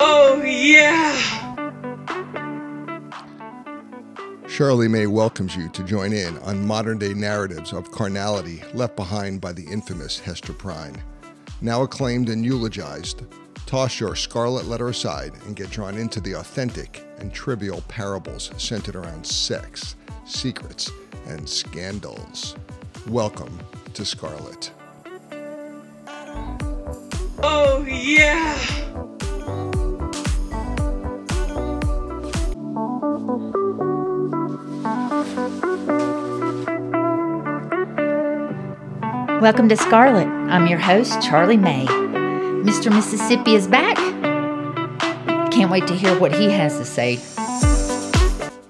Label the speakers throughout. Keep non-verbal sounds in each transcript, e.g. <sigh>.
Speaker 1: Oh, yeah.
Speaker 2: Shirley May welcomes you to join in on modern day narratives of carnality left behind by the infamous Hester Prynne. Now acclaimed and eulogized, toss your scarlet letter aside and get drawn into the authentic and trivial parables centered around sex, secrets, and scandals. Welcome to Scarlet.
Speaker 1: Oh, yeah.
Speaker 3: Welcome to Scarlet. I'm your host, Charlie May. Mr. Mississippi is back. Can't wait to hear what he has to say.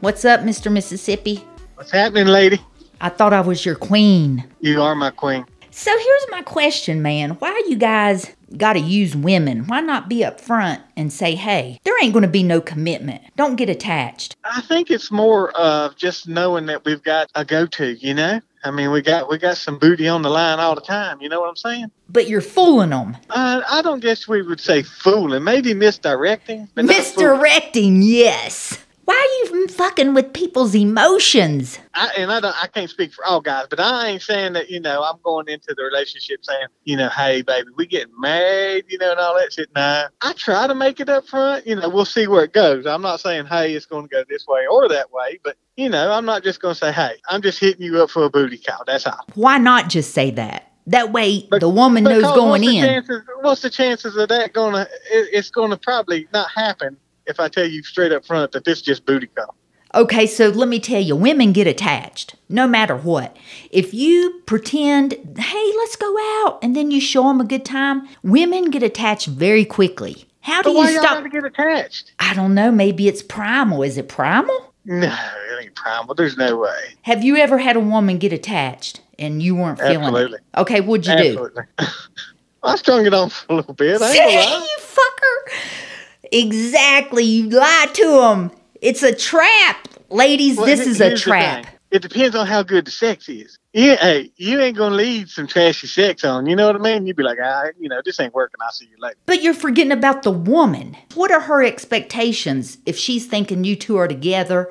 Speaker 3: What's up, Mr. Mississippi?
Speaker 4: What's happening, lady?
Speaker 3: I thought I was your queen.
Speaker 4: You are my queen.
Speaker 3: So here's my question, man. Why you guys gotta use women? Why not be upfront and say, hey, there ain't gonna be no commitment? Don't get attached.
Speaker 4: I think it's more of just knowing that we've got a go-to. You know, I mean, we got we got some booty on the line all the time. You know what I'm saying?
Speaker 3: But you're fooling them.
Speaker 4: Uh, I don't guess we would say fooling, maybe misdirecting. but not fooling.
Speaker 3: Misdirecting, yes. Why you fucking with people's emotions?
Speaker 4: I, and I don't, I can't speak for all guys, but I ain't saying that. You know, I'm going into the relationship saying, you know, hey, baby, we getting married, you know, and all that shit. Nah, I try to make it up front. You know, we'll see where it goes. I'm not saying, hey, it's going to go this way or that way, but you know, I'm not just going to say, hey, I'm just hitting you up for a booty call. That's all.
Speaker 3: Why not just say that? That way
Speaker 4: But-
Speaker 3: the woman knows
Speaker 4: Because
Speaker 3: going
Speaker 4: what's the
Speaker 3: in.
Speaker 4: chances- what's the chances of that going to? It's going to probably not happen if I tell you straight up front that this is just booty call.
Speaker 3: Okay, so let me tell you, women get attached no matter what. If you pretend, hey, let's go out, and then you show them a good time, women get attached very quickly. How do
Speaker 4: But why
Speaker 3: you
Speaker 4: y'all
Speaker 3: stop?
Speaker 4: got to get attached?
Speaker 3: I don't know, maybe it's primal. Is it primal?
Speaker 4: No, it ain't primal. There's no way.
Speaker 3: Have you ever had a woman get attached and you weren't feeling
Speaker 4: Absolutely.
Speaker 3: it? Okay, what'd you
Speaker 4: Absolutely. <laughs> I strung it on for a little bit.
Speaker 3: do?
Speaker 4: I
Speaker 3: See,
Speaker 4: ain't gonna lie.
Speaker 3: you fucker. Exactly, you lied to them. It's a trap. Ladies,
Speaker 4: Well,
Speaker 3: this
Speaker 4: he-
Speaker 3: is a
Speaker 4: here's the thing.
Speaker 3: trap.
Speaker 4: It depends on how good the sex is. Yeah, hey, you ain't gonna leave some trashy sex on. You know what I mean? You'd be like, I, you know, this ain't working. I'll see you later.
Speaker 3: But you're forgetting about the woman. What are her expectations if she's thinking you two are together?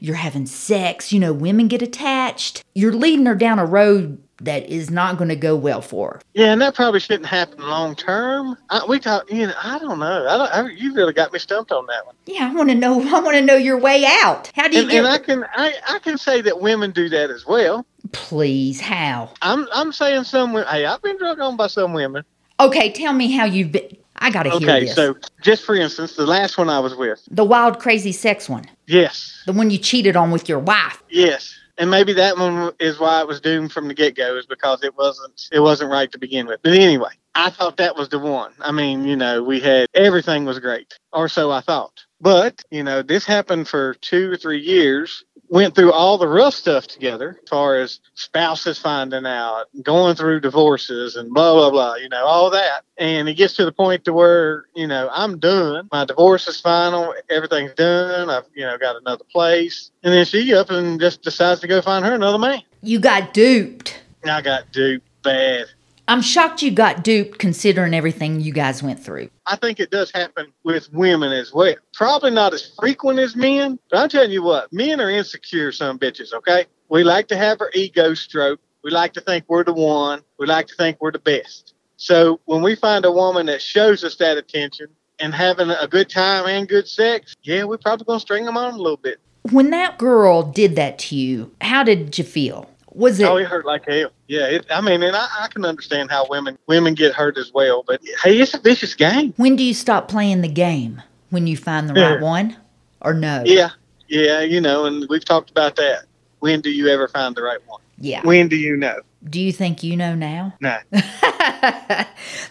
Speaker 3: You're having sex, you know, women get attached. You're leading her down a road that is not going to go well for her.
Speaker 4: Yeah, and that probably shouldn't happen long term. I, we talk, you know, I don't know. I don't, I, you really got me stumped on that one.
Speaker 3: Yeah, I want to know. <laughs> I want to know your way out. How do you
Speaker 4: And,
Speaker 3: get?
Speaker 4: and I can, I, I can say that women do that as well.
Speaker 3: Please, how?
Speaker 4: I'm, I'm saying some women. Hey, I've been drug on by some women.
Speaker 3: Okay, tell me how you've been. I got to hear
Speaker 4: Okay,
Speaker 3: this.
Speaker 4: so just for instance, the last one I was with.
Speaker 3: the wild, crazy sex one,
Speaker 4: Yes,
Speaker 3: the one you cheated on with your wife.
Speaker 4: Yes, and maybe that one is why it was doomed from the get go, is because it wasn't it wasn't right to begin with. But anyway, I thought that was the one. I mean, you know, we had everything was great, or so I thought. But you know, this happened for two or three years. Went through all the rough stuff together, as far as spouses finding out, going through divorces, and blah blah blah. You know, all that. And it gets to the point to where you know I'm done. My divorce is final. Everything's done. I've you know got another place. And then she up and just decides to go find her another man.
Speaker 3: You got duped.
Speaker 4: And I got duped bad.
Speaker 3: I'm shocked you got duped considering everything you guys went through.
Speaker 4: I think it does happen with women as well. Probably not as frequent as men, but I'm telling you what, men are insecure, some bitches, okay? We like to have our ego stroke. We like to think we're the one. We like to think we're the best. So when we find a woman that shows us that attention and having a good time and good sex, yeah, we're probably going to string them on a little bit.
Speaker 3: When that girl did that to you, how did you feel? Was it
Speaker 4: Oh, it hurt like hell. Yeah, it, I mean, and I, I can understand how women women get hurt as well, but hey, it's a vicious game.
Speaker 3: when do you stop playing the game? When you find the right
Speaker 4: Yeah.
Speaker 3: one or no?
Speaker 4: Yeah, yeah, you know, and we've talked about that. When do you ever find the right one?
Speaker 3: Yeah.
Speaker 4: When do you know?
Speaker 3: Do you think you know now? <laughs>
Speaker 4: No.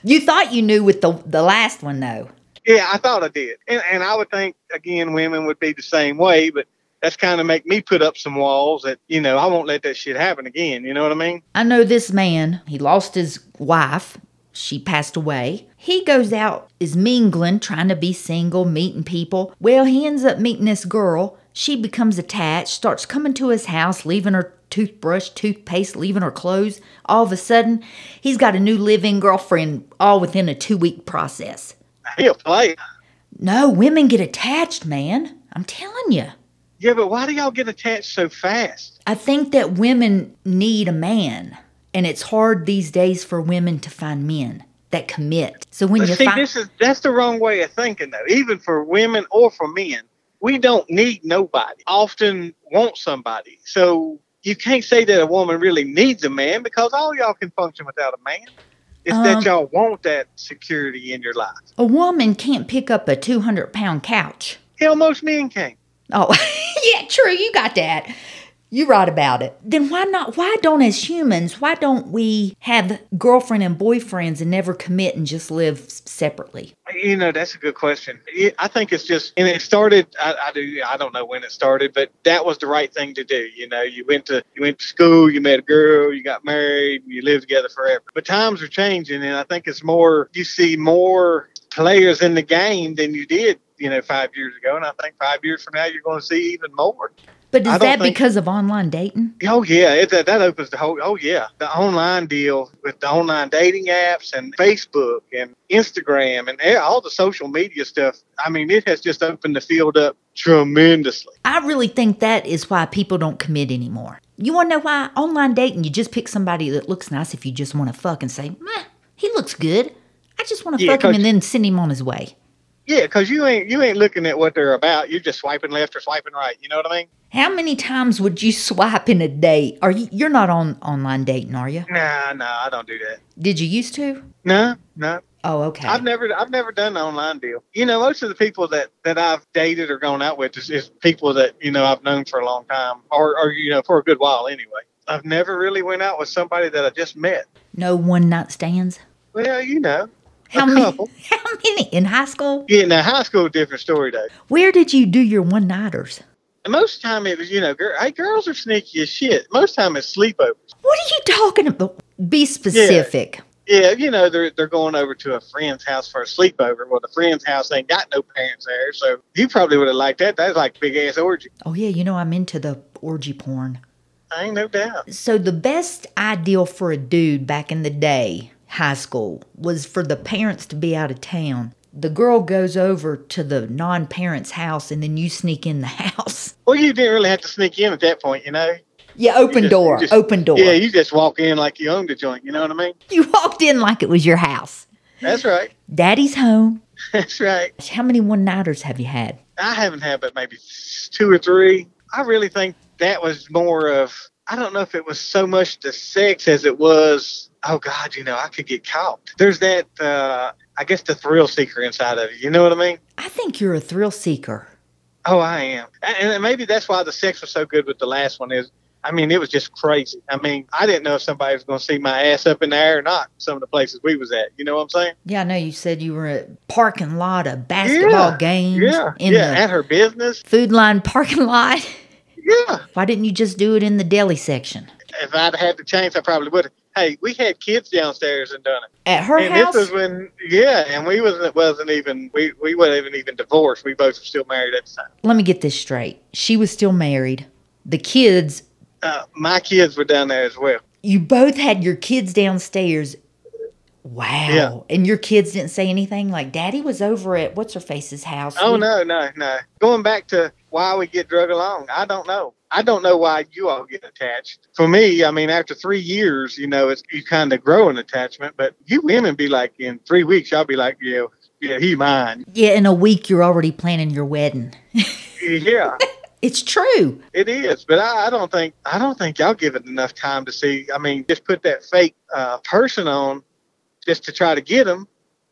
Speaker 3: you thought you knew with the the last one though.
Speaker 4: Yeah, I thought I did, and and I would think again, women would be the same way, but that's kind of make me put up some walls that you know I won't let that shit happen again. You know what I mean?
Speaker 3: I know this man, he lost his wife. She passed away. He goes out, is mingling, trying to be single, meeting people. Well, he ends up meeting this girl. She becomes attached, starts coming to his house, leaving her toothbrush, toothpaste, leaving her clothes. All of a sudden, he's got a new living girlfriend all within a two week process.
Speaker 4: He'll play.
Speaker 3: No, women get attached, man. I'm telling you.
Speaker 4: Yeah, but why do y'all get attached so fast?
Speaker 3: I think that women need a man, and it's hard these days for women to find men that commit. So when
Speaker 4: But
Speaker 3: you
Speaker 4: see,
Speaker 3: find
Speaker 4: this is that's the wrong way of thinking though. Even for women or for men, we don't need nobody. Often want somebody. So you can't say that a woman really needs a man because all y'all can function without a man. It's
Speaker 3: Um,
Speaker 4: that y'all want that security in your life.
Speaker 3: a woman can't pick up a 200 pound couch.
Speaker 4: Hell, most men can't.
Speaker 3: Oh, <laughs> yeah, true. You got that. You're right about it. Then why not? Why don't, as humans, why don't we have girlfriend and boyfriends and never commit and just live s- separately?
Speaker 4: You know, that's a good question. It- I think it's just, and it started. I, I do. I don't know when it started, but that was the right thing to do. You know, you went to you went to school, you met a girl, you got married, and you lived together forever. But times are changing, and I think it's more. You see more players in the game than you did, you know, five years ago, and I think five years from now you're going to see even more.
Speaker 3: But
Speaker 4: I
Speaker 3: is
Speaker 4: don't
Speaker 3: that
Speaker 4: think-
Speaker 3: because of online dating?
Speaker 4: Oh yeah, it, that, that opens the whole. Oh yeah, the online deal with the online dating apps and Facebook and Instagram and a- all the social media stuff. I mean, it has just opened the field up tremendously.
Speaker 3: I really think that is why people don't commit anymore. You want to know why? Online dating, you just pick somebody that looks nice if you just want to fuck and say, Meh, he looks good. I just want to
Speaker 4: Yeah,
Speaker 3: fuck him
Speaker 4: coach.
Speaker 3: and then send him on his way.
Speaker 4: Yeah, 'cause you ain't you ain't looking at what they're about. You're just swiping left or swiping right. You know what I mean?
Speaker 3: How many times would you swipe in a date? Are you, you're not on online dating, are you?
Speaker 4: Nah, nah, I don't do that.
Speaker 3: Did you used to?
Speaker 4: No, no,
Speaker 3: Oh, okay.
Speaker 4: I've never I've never done an online deal. You know, most of the people that that I've dated or gone out with is, is people that you know I've known for a long time or or you know for a good while anyway. I've never really went out with somebody that I just met.
Speaker 3: No one night stands.
Speaker 4: Well, you know,
Speaker 3: How
Speaker 4: a
Speaker 3: many?
Speaker 4: couple.
Speaker 3: <laughs> How many in high school?
Speaker 4: Yeah, now high school different story though.
Speaker 3: Where did you do your one nighters?
Speaker 4: And most of the time it was you know, girl, hey, girls are sneaky as shit. Most time it's sleepovers.
Speaker 3: What are you talking about? Be specific.
Speaker 4: Yeah, you know, they're they're going over to a friend's house for a sleepover. Well, the friend's house ain't got no parents there, so you probably would have liked that. That's like big ass orgy.
Speaker 3: Oh yeah, you know I'm into the orgy porn.
Speaker 4: I ain't no doubt.
Speaker 3: So the best ideal for a dude back in the day, high school, was for the parents to be out of town. The girl goes over to the non-parents' house, and then you sneak in the <laughs> house.
Speaker 4: Well, you didn't really have to sneak in at that point, you know.
Speaker 3: Yeah, open
Speaker 4: just-
Speaker 3: door,
Speaker 4: you just-
Speaker 3: open door.
Speaker 4: Yeah, you just walk in like you owned the joint. You know what I mean?
Speaker 3: you walked in like it was your house.
Speaker 4: That's right. <laughs>
Speaker 3: Daddy's home.
Speaker 4: That's right.
Speaker 3: How many one-nighters have you had?
Speaker 4: I haven't had but maybe two or three. I really think that was more of I don't know if it was so much the sex as it was. Oh God, you know I could get caught. There's that. uh I guess the thrill seeker inside of you. You know what I mean?
Speaker 3: I think you're a thrill seeker.
Speaker 4: Oh, I am, and and maybe that's why the sex was so good with the last one. Is I mean, it was just crazy. I mean, I didn't know if somebody was going to see my ass up in the air or not. Some of the places we was at, you know what I'm saying?
Speaker 3: Yeah, I know you said you were at parking lot of basketball
Speaker 4: Yeah,
Speaker 3: games
Speaker 4: Yeah,
Speaker 3: in
Speaker 4: yeah,
Speaker 3: the
Speaker 4: at her business.
Speaker 3: food line parking lot.
Speaker 4: Yeah,
Speaker 3: Why didn't you just do it in the deli section?
Speaker 4: if I'd had the chance, I probably would. Hey, we had kids downstairs and done it,
Speaker 3: At her
Speaker 4: and
Speaker 3: house?
Speaker 4: this was when yeah, and we wasn't wasn't even we we wasn't even divorced. We both were still married at the time.
Speaker 3: Let me get this straight. She was still married. The kids,
Speaker 4: Uh, my kids were down there as well.
Speaker 3: you both had your kids downstairs. Wow.
Speaker 4: Yeah.
Speaker 3: And your kids didn't say anything like daddy was over at what's her face's house.
Speaker 4: Oh
Speaker 3: We-
Speaker 4: no, no, no. Going back to why we get drug along, I don't know. I don't know why you all get attached. For me, I mean, after three years, you know, it's you kind of grow an attachment. But you women be like, in three weeks, y'all be like, yeah, yeah, he mine.
Speaker 3: Yeah, in a week you're already planning your wedding.
Speaker 4: Yeah,
Speaker 3: It's true.
Speaker 4: it is. But I, I don't think I don't think y'all give it enough time to see. I mean, just put that fake uh, person on just to try to get them,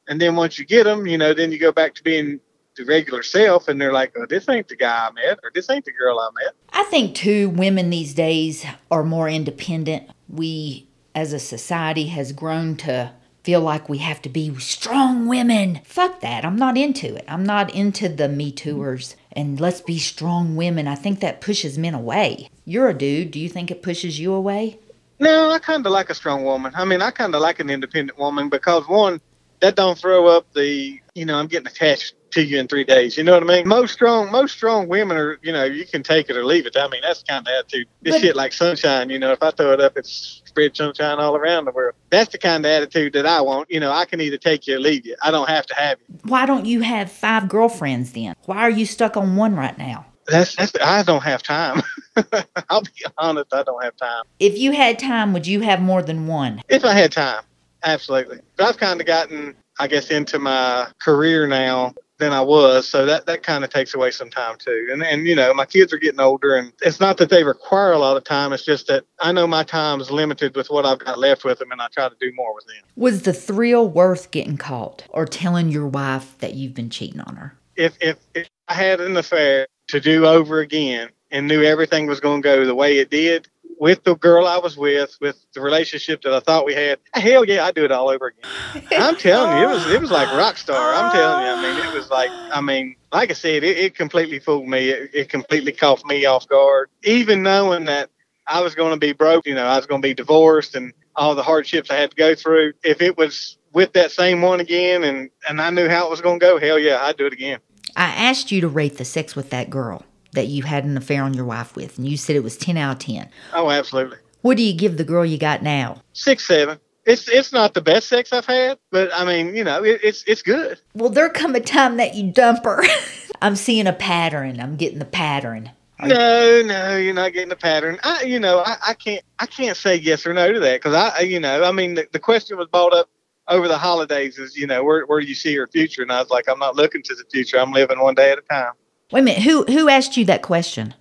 Speaker 4: and then once you get them, you know, then you go back to being the regular self, and they're like, oh, this ain't the guy I met, or this ain't the girl I met.
Speaker 3: I think too, women these days are more independent. We, as a society, has grown to feel like we have to be strong women. Fuck that. I'm not into it. I'm not into the Me Tooers and let's be strong women. I think that pushes men away. You're a dude. Do you think it pushes you away?
Speaker 4: No, I kind of like a strong woman. I mean, I kind of like an independent woman because one, that don't throw up the you know I'm getting attached to you in three days. You know what I mean? Most strong, most strong women are, you know, you can take it or leave it. I mean, that's the kind of attitude. This
Speaker 3: But-
Speaker 4: shit like sunshine. You know, if I throw it up, it's spread sunshine all around the world. That's the kind of attitude that I want. You know, I can either take you or leave you. I don't have to have you.
Speaker 3: Why don't you have five girlfriends then? Why are you stuck on one right now?
Speaker 4: That's that's. I don't have time. <laughs> I'll be honest. I don't have time.
Speaker 3: If you had time, would you have more than one?
Speaker 4: If I had time, absolutely. But I've kind of gotten, I guess, into my career now than I was, so that that kind of takes away some time too. And and you know, my kids are getting older, and it's not that they require a lot of time. It's just that I know my time is limited with what I've got left with them, and I try to do more with them.
Speaker 3: Was the thrill worth getting caught or telling your wife that you've been cheating on her?
Speaker 4: If if, if I had an affair to do over again and knew everything was going to go the way it did. With the girl I was with, with the relationship that I thought we had, hell yeah, I'd do it all over again. I'm telling you, it was it was like rock star. I'm telling you, I mean, it was like I mean, like I said, it, it completely fooled me. It, it completely caught me off guard. Even knowing that I was going to be broke, you know, I was going to be divorced and all the hardships I had to go through. If it was with that same one again, and and I knew how it was going to go, hell yeah, I'd do it again.
Speaker 3: I asked you to rate the sex with that girl that you had an affair on your wife with, and you said it was 10 out of 10.
Speaker 4: Oh, absolutely.
Speaker 3: What do you give the girl you got now?
Speaker 4: Six seven. It's it's not the best sex I've had, but I mean, you know, it, it's it's good.
Speaker 3: Well, there come a time that you dump her. <laughs> I'm seeing a pattern. I'm getting the pattern.
Speaker 4: No, no, you're not getting the pattern. I, you know, I, I can't, I can't say yes or no to that because I, I- you know, I mean, the, the question was brought up over the holidays is, you know, where, where do you see your future? And I was like, I'm not looking to the future. I'm living one day at a time.
Speaker 3: Wait a minute. Who who asked you that question?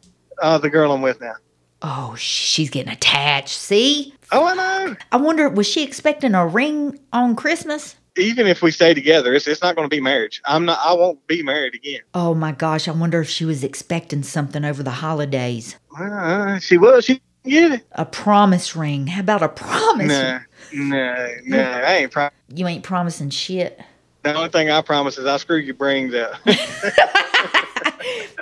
Speaker 4: Uh, the girl I'm with now.
Speaker 3: Oh, she's getting attached. See?
Speaker 4: Oh, I know.
Speaker 3: I wonder was she expecting a ring on Christmas?
Speaker 4: Even if we stay together, it's, it's not going to be marriage. I'm not. I won't be married again.
Speaker 3: Oh my gosh, I wonder if she was expecting something over the holidays.
Speaker 4: Uh, she was. She didn't get it.
Speaker 3: A promise ring. How about a promise?
Speaker 4: No, no, no. I ain't. Pro-
Speaker 3: You ain't promising shit.
Speaker 4: the only thing I promise is I screw your brains up. <laughs>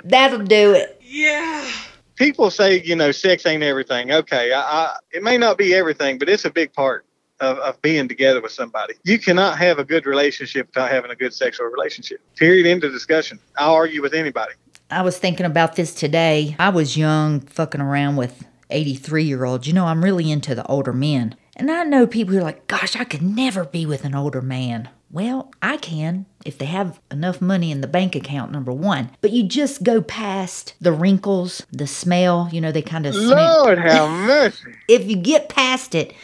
Speaker 3: That'll do it.
Speaker 1: Yeah.
Speaker 4: people say you know sex ain't everything okay I, I it may not be everything but it's a big part of, of being together with somebody you cannot have a good relationship without having a good sexual relationship period end of discussion i'll argue with anybody
Speaker 3: I was thinking about this today. I was young, fucking around with 83 year olds. You know, I'm really into the older men. And I know people who are like, gosh, I could never be with an older man. Well, I can if they have enough money in the bank account, number one. But you just go past the wrinkles, the smell, you know, they kind of smell.
Speaker 4: lord have mercy
Speaker 3: If you get past it,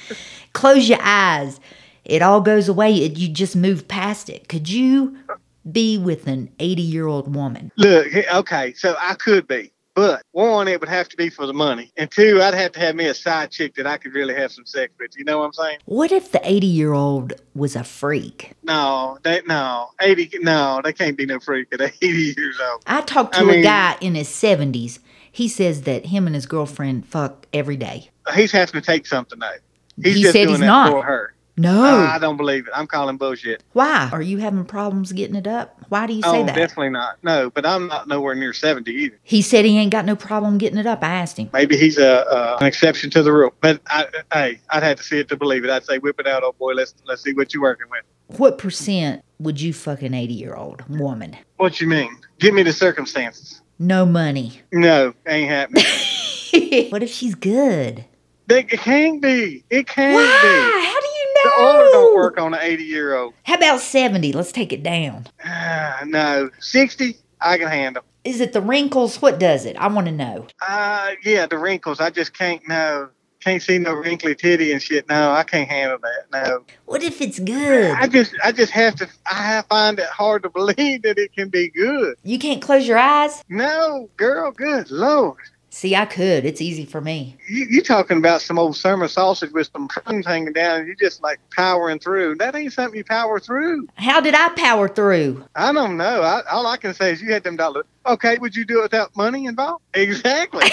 Speaker 3: close your eyes. It all goes away. It, you just move past it. Could you be with an 80 year old woman?
Speaker 4: look he- okay so i could be but one it would have to be for the money and two i'd have to have me a side chick that i could really have some sex with you know what i'm saying
Speaker 3: What if the 80 year old was a freak?
Speaker 4: no they no 80 no they can't be no freak at 80 <laughs> years old
Speaker 3: I talked to
Speaker 4: I
Speaker 3: a
Speaker 4: mean-
Speaker 3: guy in his 70s. He says that him and his girlfriend fuck every day.
Speaker 4: he's having to take something though he's
Speaker 3: He
Speaker 4: just
Speaker 3: said
Speaker 4: doing
Speaker 3: he's
Speaker 4: that
Speaker 3: not.
Speaker 4: for her
Speaker 3: No.
Speaker 4: Uh, I don't believe it. I'm calling bullshit.
Speaker 3: Why? Are you having problems getting it up? Why do you say
Speaker 4: oh,
Speaker 3: that?
Speaker 4: definitely not. No, but I'm not nowhere near 70 either.
Speaker 3: He said he ain't got no problem getting it up. I asked him.
Speaker 4: Maybe he's a, a an exception to the rule. But I, hey, I'd have to see it to believe it. I'd say whip it out, old boy. Let's let's see what you're working with.
Speaker 3: What percent would you fuck an 80 year old woman?
Speaker 4: What you mean? Give me the circumstances.
Speaker 3: No money. <laughs>
Speaker 4: No, ain't happening.
Speaker 3: what if she's good?
Speaker 4: it can be. It can be.
Speaker 3: Why? How do you
Speaker 4: The
Speaker 3: know?
Speaker 4: oil don't work on an 80 year old.
Speaker 3: How about 70? Let's take it down.
Speaker 4: Ah, <sighs> no, 60. I can handle.
Speaker 3: Is it the wrinkles? What does it? I want to know.
Speaker 4: Uh, yeah, the wrinkles. I just can't. No, can't see no wrinkly titty and shit. No, I can't handle that. No.
Speaker 3: What if it's good?
Speaker 4: I just, I just have to. I find it hard to <laughs> believe that it can be good.
Speaker 3: You can't close your eyes?
Speaker 4: No, girl, good lord,
Speaker 3: See, I could. It's easy for me.
Speaker 4: you you talking about some old summer sausage with some prunes hanging down, and you just like powering through. That ain't something you power through.
Speaker 3: How did I power through?
Speaker 4: I don't know. I, all I can say is you had them dollars. Okay, would you do it without money involved? Exactly.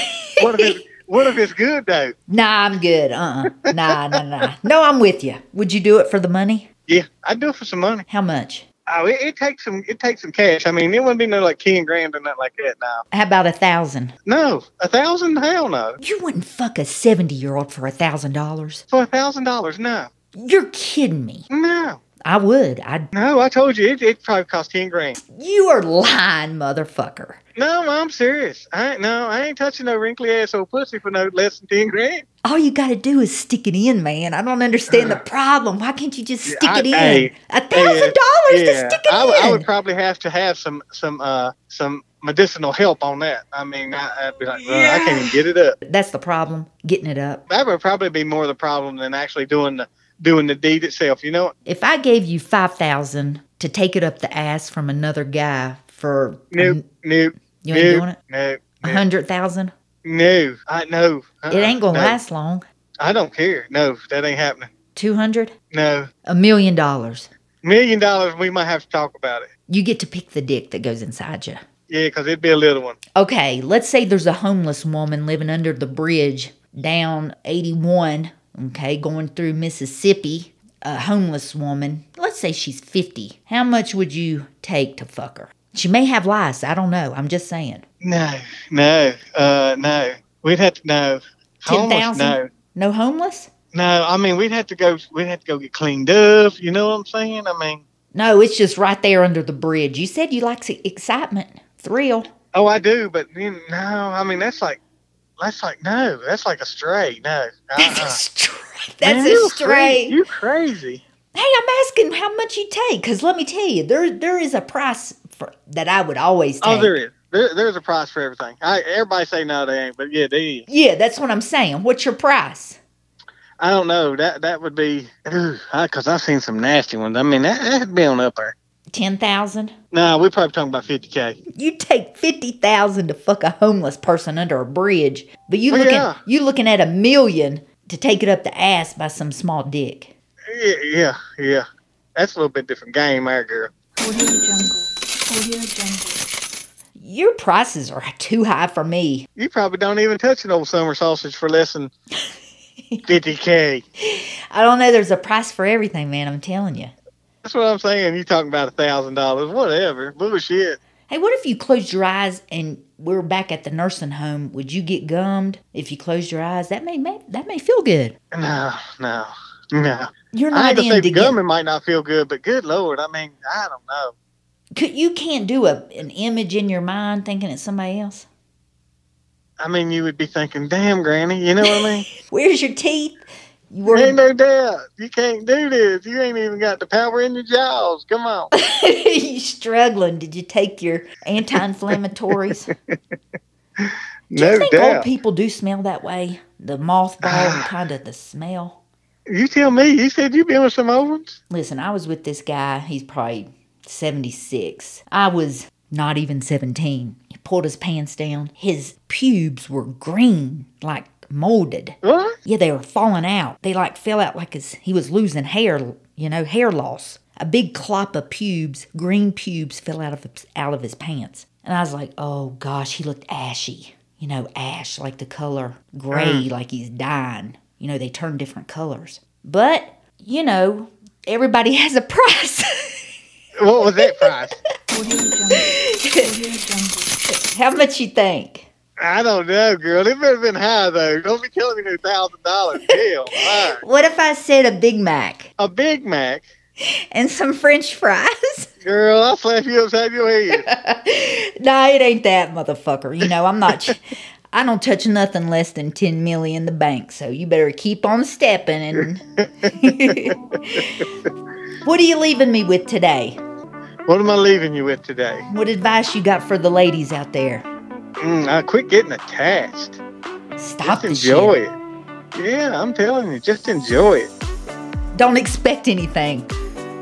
Speaker 4: what if it's, what if it's good though?
Speaker 3: Nah, I'm good. Uh uh Nah, nah, nah. No, I'm with you. Would you do it for the money?
Speaker 4: Yeah, I'd do it for some money.
Speaker 3: How much?
Speaker 4: Oh, it, it takes some, it takes some cash. I mean, it wouldn't be no like ten grand or nothing like that. Now,
Speaker 3: How about a thousand?
Speaker 4: no, a thousand, hell no.
Speaker 3: You wouldn't fuck a 70 year old for a thousand dollars?
Speaker 4: For a thousand dollars, no.
Speaker 3: You're kidding me.
Speaker 4: No.
Speaker 3: I would. I'd.
Speaker 4: No, I told you it, it probably cost ten grand.
Speaker 3: You are lying, motherfucker.
Speaker 4: No, I'm serious. I no, I ain't touching no wrinkly ass old pussy for no less than ten grand.
Speaker 3: All you got to do is stick it in, man. I don't understand the problem. Why can't you just stick
Speaker 4: I-
Speaker 3: it in?
Speaker 4: hey,
Speaker 3: A thousand dollars to stick it
Speaker 4: I, would-
Speaker 3: in.
Speaker 4: I would probably have to have some some uh some medicinal help on that. I mean, I, I'd be like, well, I can't even get it up.
Speaker 3: That's the problem. Getting it up.
Speaker 4: That would probably be more the problem than actually doing the doing the deed itself. You know,
Speaker 3: If I gave you five thousand to take it up the ass from another guy for
Speaker 4: nope, nope,
Speaker 3: you ain't
Speaker 4: nope,
Speaker 3: doing it,
Speaker 4: nope,
Speaker 3: a
Speaker 4: nope,
Speaker 3: hundred thousand,
Speaker 4: no, I no. Uh-uh,
Speaker 3: it ain't gonna
Speaker 4: no.
Speaker 3: last long.
Speaker 4: I don't care. No, that ain't happening.
Speaker 3: Two hundred,
Speaker 4: No,
Speaker 3: a million dollars.
Speaker 4: million dollars. We might have to talk about it.
Speaker 3: You get to pick the dick that goes inside you.
Speaker 4: Yeah, because it'd be a little one.
Speaker 3: Okay, let's say there's a homeless woman living under the bridge down 81, okay, going through Mississippi. A homeless woman, let's say she's 50. How much would you take to fuck her? She may have lice, I don't know. I'm just saying.
Speaker 4: No, no, uh, no. We'd have to no. Homeless,
Speaker 3: 10,000?
Speaker 4: No,
Speaker 3: No homeless?
Speaker 4: no. I mean, we'd have to go. We'd have to go get cleaned up. You know what I'm saying? I mean,
Speaker 3: No, it's just right there under the bridge. You said you like excitement, thrill.
Speaker 4: oh, I do, but then no. I mean, that's like, that's like no. That's like a stray. No.
Speaker 3: That's
Speaker 4: uh-uh.
Speaker 3: a straight.
Speaker 4: Man,
Speaker 3: <laughs> That's a
Speaker 4: you're
Speaker 3: straight.
Speaker 4: crazy. You crazy?
Speaker 3: Hey, I'm asking how much you take, because let me tell you, there there is a price for, that I would always take.
Speaker 4: Oh, there is. There, there's a price for everything. I, everybody say no, they ain't, but yeah, they is.
Speaker 3: Yeah, that's what I'm saying. What's your price?
Speaker 4: I don't know. That that would be because I've seen some nasty ones. I mean, that, that'd be on up there.
Speaker 3: Ten thousand?
Speaker 4: No, we're probably talking about fifty k.
Speaker 3: You take fifty thousand to fuck a homeless person under a bridge, but you
Speaker 4: Well,
Speaker 3: looking
Speaker 4: yeah.
Speaker 3: you looking at a million to take it up the ass by some small dick.
Speaker 4: Yeah, yeah, yeah. That's a little bit different game, there, girl.
Speaker 5: Audio Jungle. Audio Jungle.
Speaker 3: Your prices are too high for me.
Speaker 4: You probably don't even touch an old summer sausage for
Speaker 3: <laughs>
Speaker 4: less than fifty k.
Speaker 3: I don't know. There's a price for everything, man. I'm telling you.
Speaker 4: That's what I'm saying. You talking about a thousand dollars? Whatever, bullshit.
Speaker 3: Hey, what if you closed your eyes and we are back at the nursing home? Would you get gummed if you closed your eyes? That may, may that may feel good.
Speaker 4: No, no, no.
Speaker 3: You're
Speaker 4: I
Speaker 3: not
Speaker 4: ain't gonna say
Speaker 3: in to
Speaker 4: the
Speaker 3: get
Speaker 4: government might not feel good, but good lord, I mean, I don't know.
Speaker 3: Could, you can't do a, an image in your mind thinking it's somebody else.
Speaker 4: I mean, you would be thinking, "Damn, Granny," you know what I mean?
Speaker 3: Where's your teeth? You
Speaker 4: ain't
Speaker 3: were
Speaker 4: no doubt. You can't do this. You ain't even got the power in your jaws. Come <laughs> on.
Speaker 3: <laughs> you struggling. Did you take your
Speaker 4: <laughs>
Speaker 3: anti-inflammatories? do you
Speaker 4: no
Speaker 3: think old
Speaker 4: doubt.
Speaker 3: people do smell that way? The
Speaker 4: <sighs>
Speaker 3: mothball kind of the smell.
Speaker 4: You tell me. You said you been with some old ones.
Speaker 3: Listen, I was with this guy. He's probably 76. I was not even 17. He pulled his pants down. His pubes were green, like molded.
Speaker 4: What?
Speaker 3: Yeah, they were falling out. They like fell out like his, he was losing hair, you know, hair loss. A big clop of pubes, green pubes, fell out of his- out of his pants. And I was like, oh gosh, he looked ashy. You know, ash like the color gray, like he's dying. You know, they turn different colors. But you know, everybody <laughs> has a price. <laughs>
Speaker 4: What was that price?
Speaker 5: Audio Jungle. Audio Jungle.
Speaker 3: How much you think?
Speaker 4: I don't know, girl. It better have been high though. Don't be telling me no thousand
Speaker 3: <laughs>
Speaker 4: dollars. Hell, all right.
Speaker 3: What if I said a Big Mac
Speaker 4: a Big Mac,
Speaker 3: and some French fries? <laughs>
Speaker 4: girl. I'll slap you upside your head.
Speaker 3: Nah, it ain't that motherfucker. You know, I'm not. <laughs> I don't touch nothing less than ten million in the bank, so you better keep on stepping. And what are you leaving me with today?
Speaker 4: what am I leaving you with today?
Speaker 3: What advice you got for the ladies out there?
Speaker 4: Mm, I quit getting attached.
Speaker 3: Stop
Speaker 4: Just
Speaker 3: this
Speaker 4: enjoy
Speaker 3: shit.
Speaker 4: it. Yeah, I'm telling you, just enjoy it.
Speaker 3: Don't expect anything,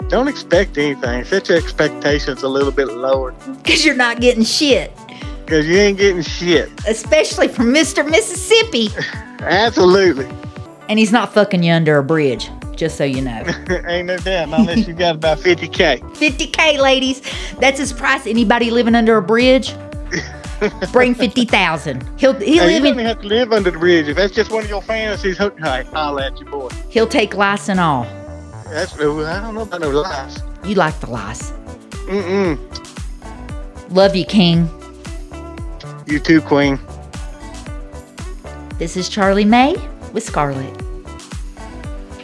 Speaker 4: Don't expect anything. Set your expectations a little bit lower,
Speaker 3: cause you're not getting shit,
Speaker 4: because you ain't getting shit.
Speaker 3: especially from Mister Mississippi,
Speaker 4: Absolutely, <laughs>
Speaker 3: and he's not fucking you under a bridge. Just so you know.
Speaker 4: ain't no doubt. not Unless you got about fifty k.
Speaker 3: 50k ladies that's his price anybody living under a
Speaker 4: <laughs>
Speaker 3: bridge bring 50000 he'll he
Speaker 4: Hey, you
Speaker 3: live
Speaker 4: don't even
Speaker 3: in,
Speaker 4: have to live under the bridge if that's just one of your fantasies. Hook, hey, holla at your boy.
Speaker 3: he'll take lice and all
Speaker 4: That's I don't know about no lies.
Speaker 3: you like the lice
Speaker 4: Mm-mm.
Speaker 3: love you king
Speaker 4: You too, Queen.
Speaker 3: this is charlie may with scarlet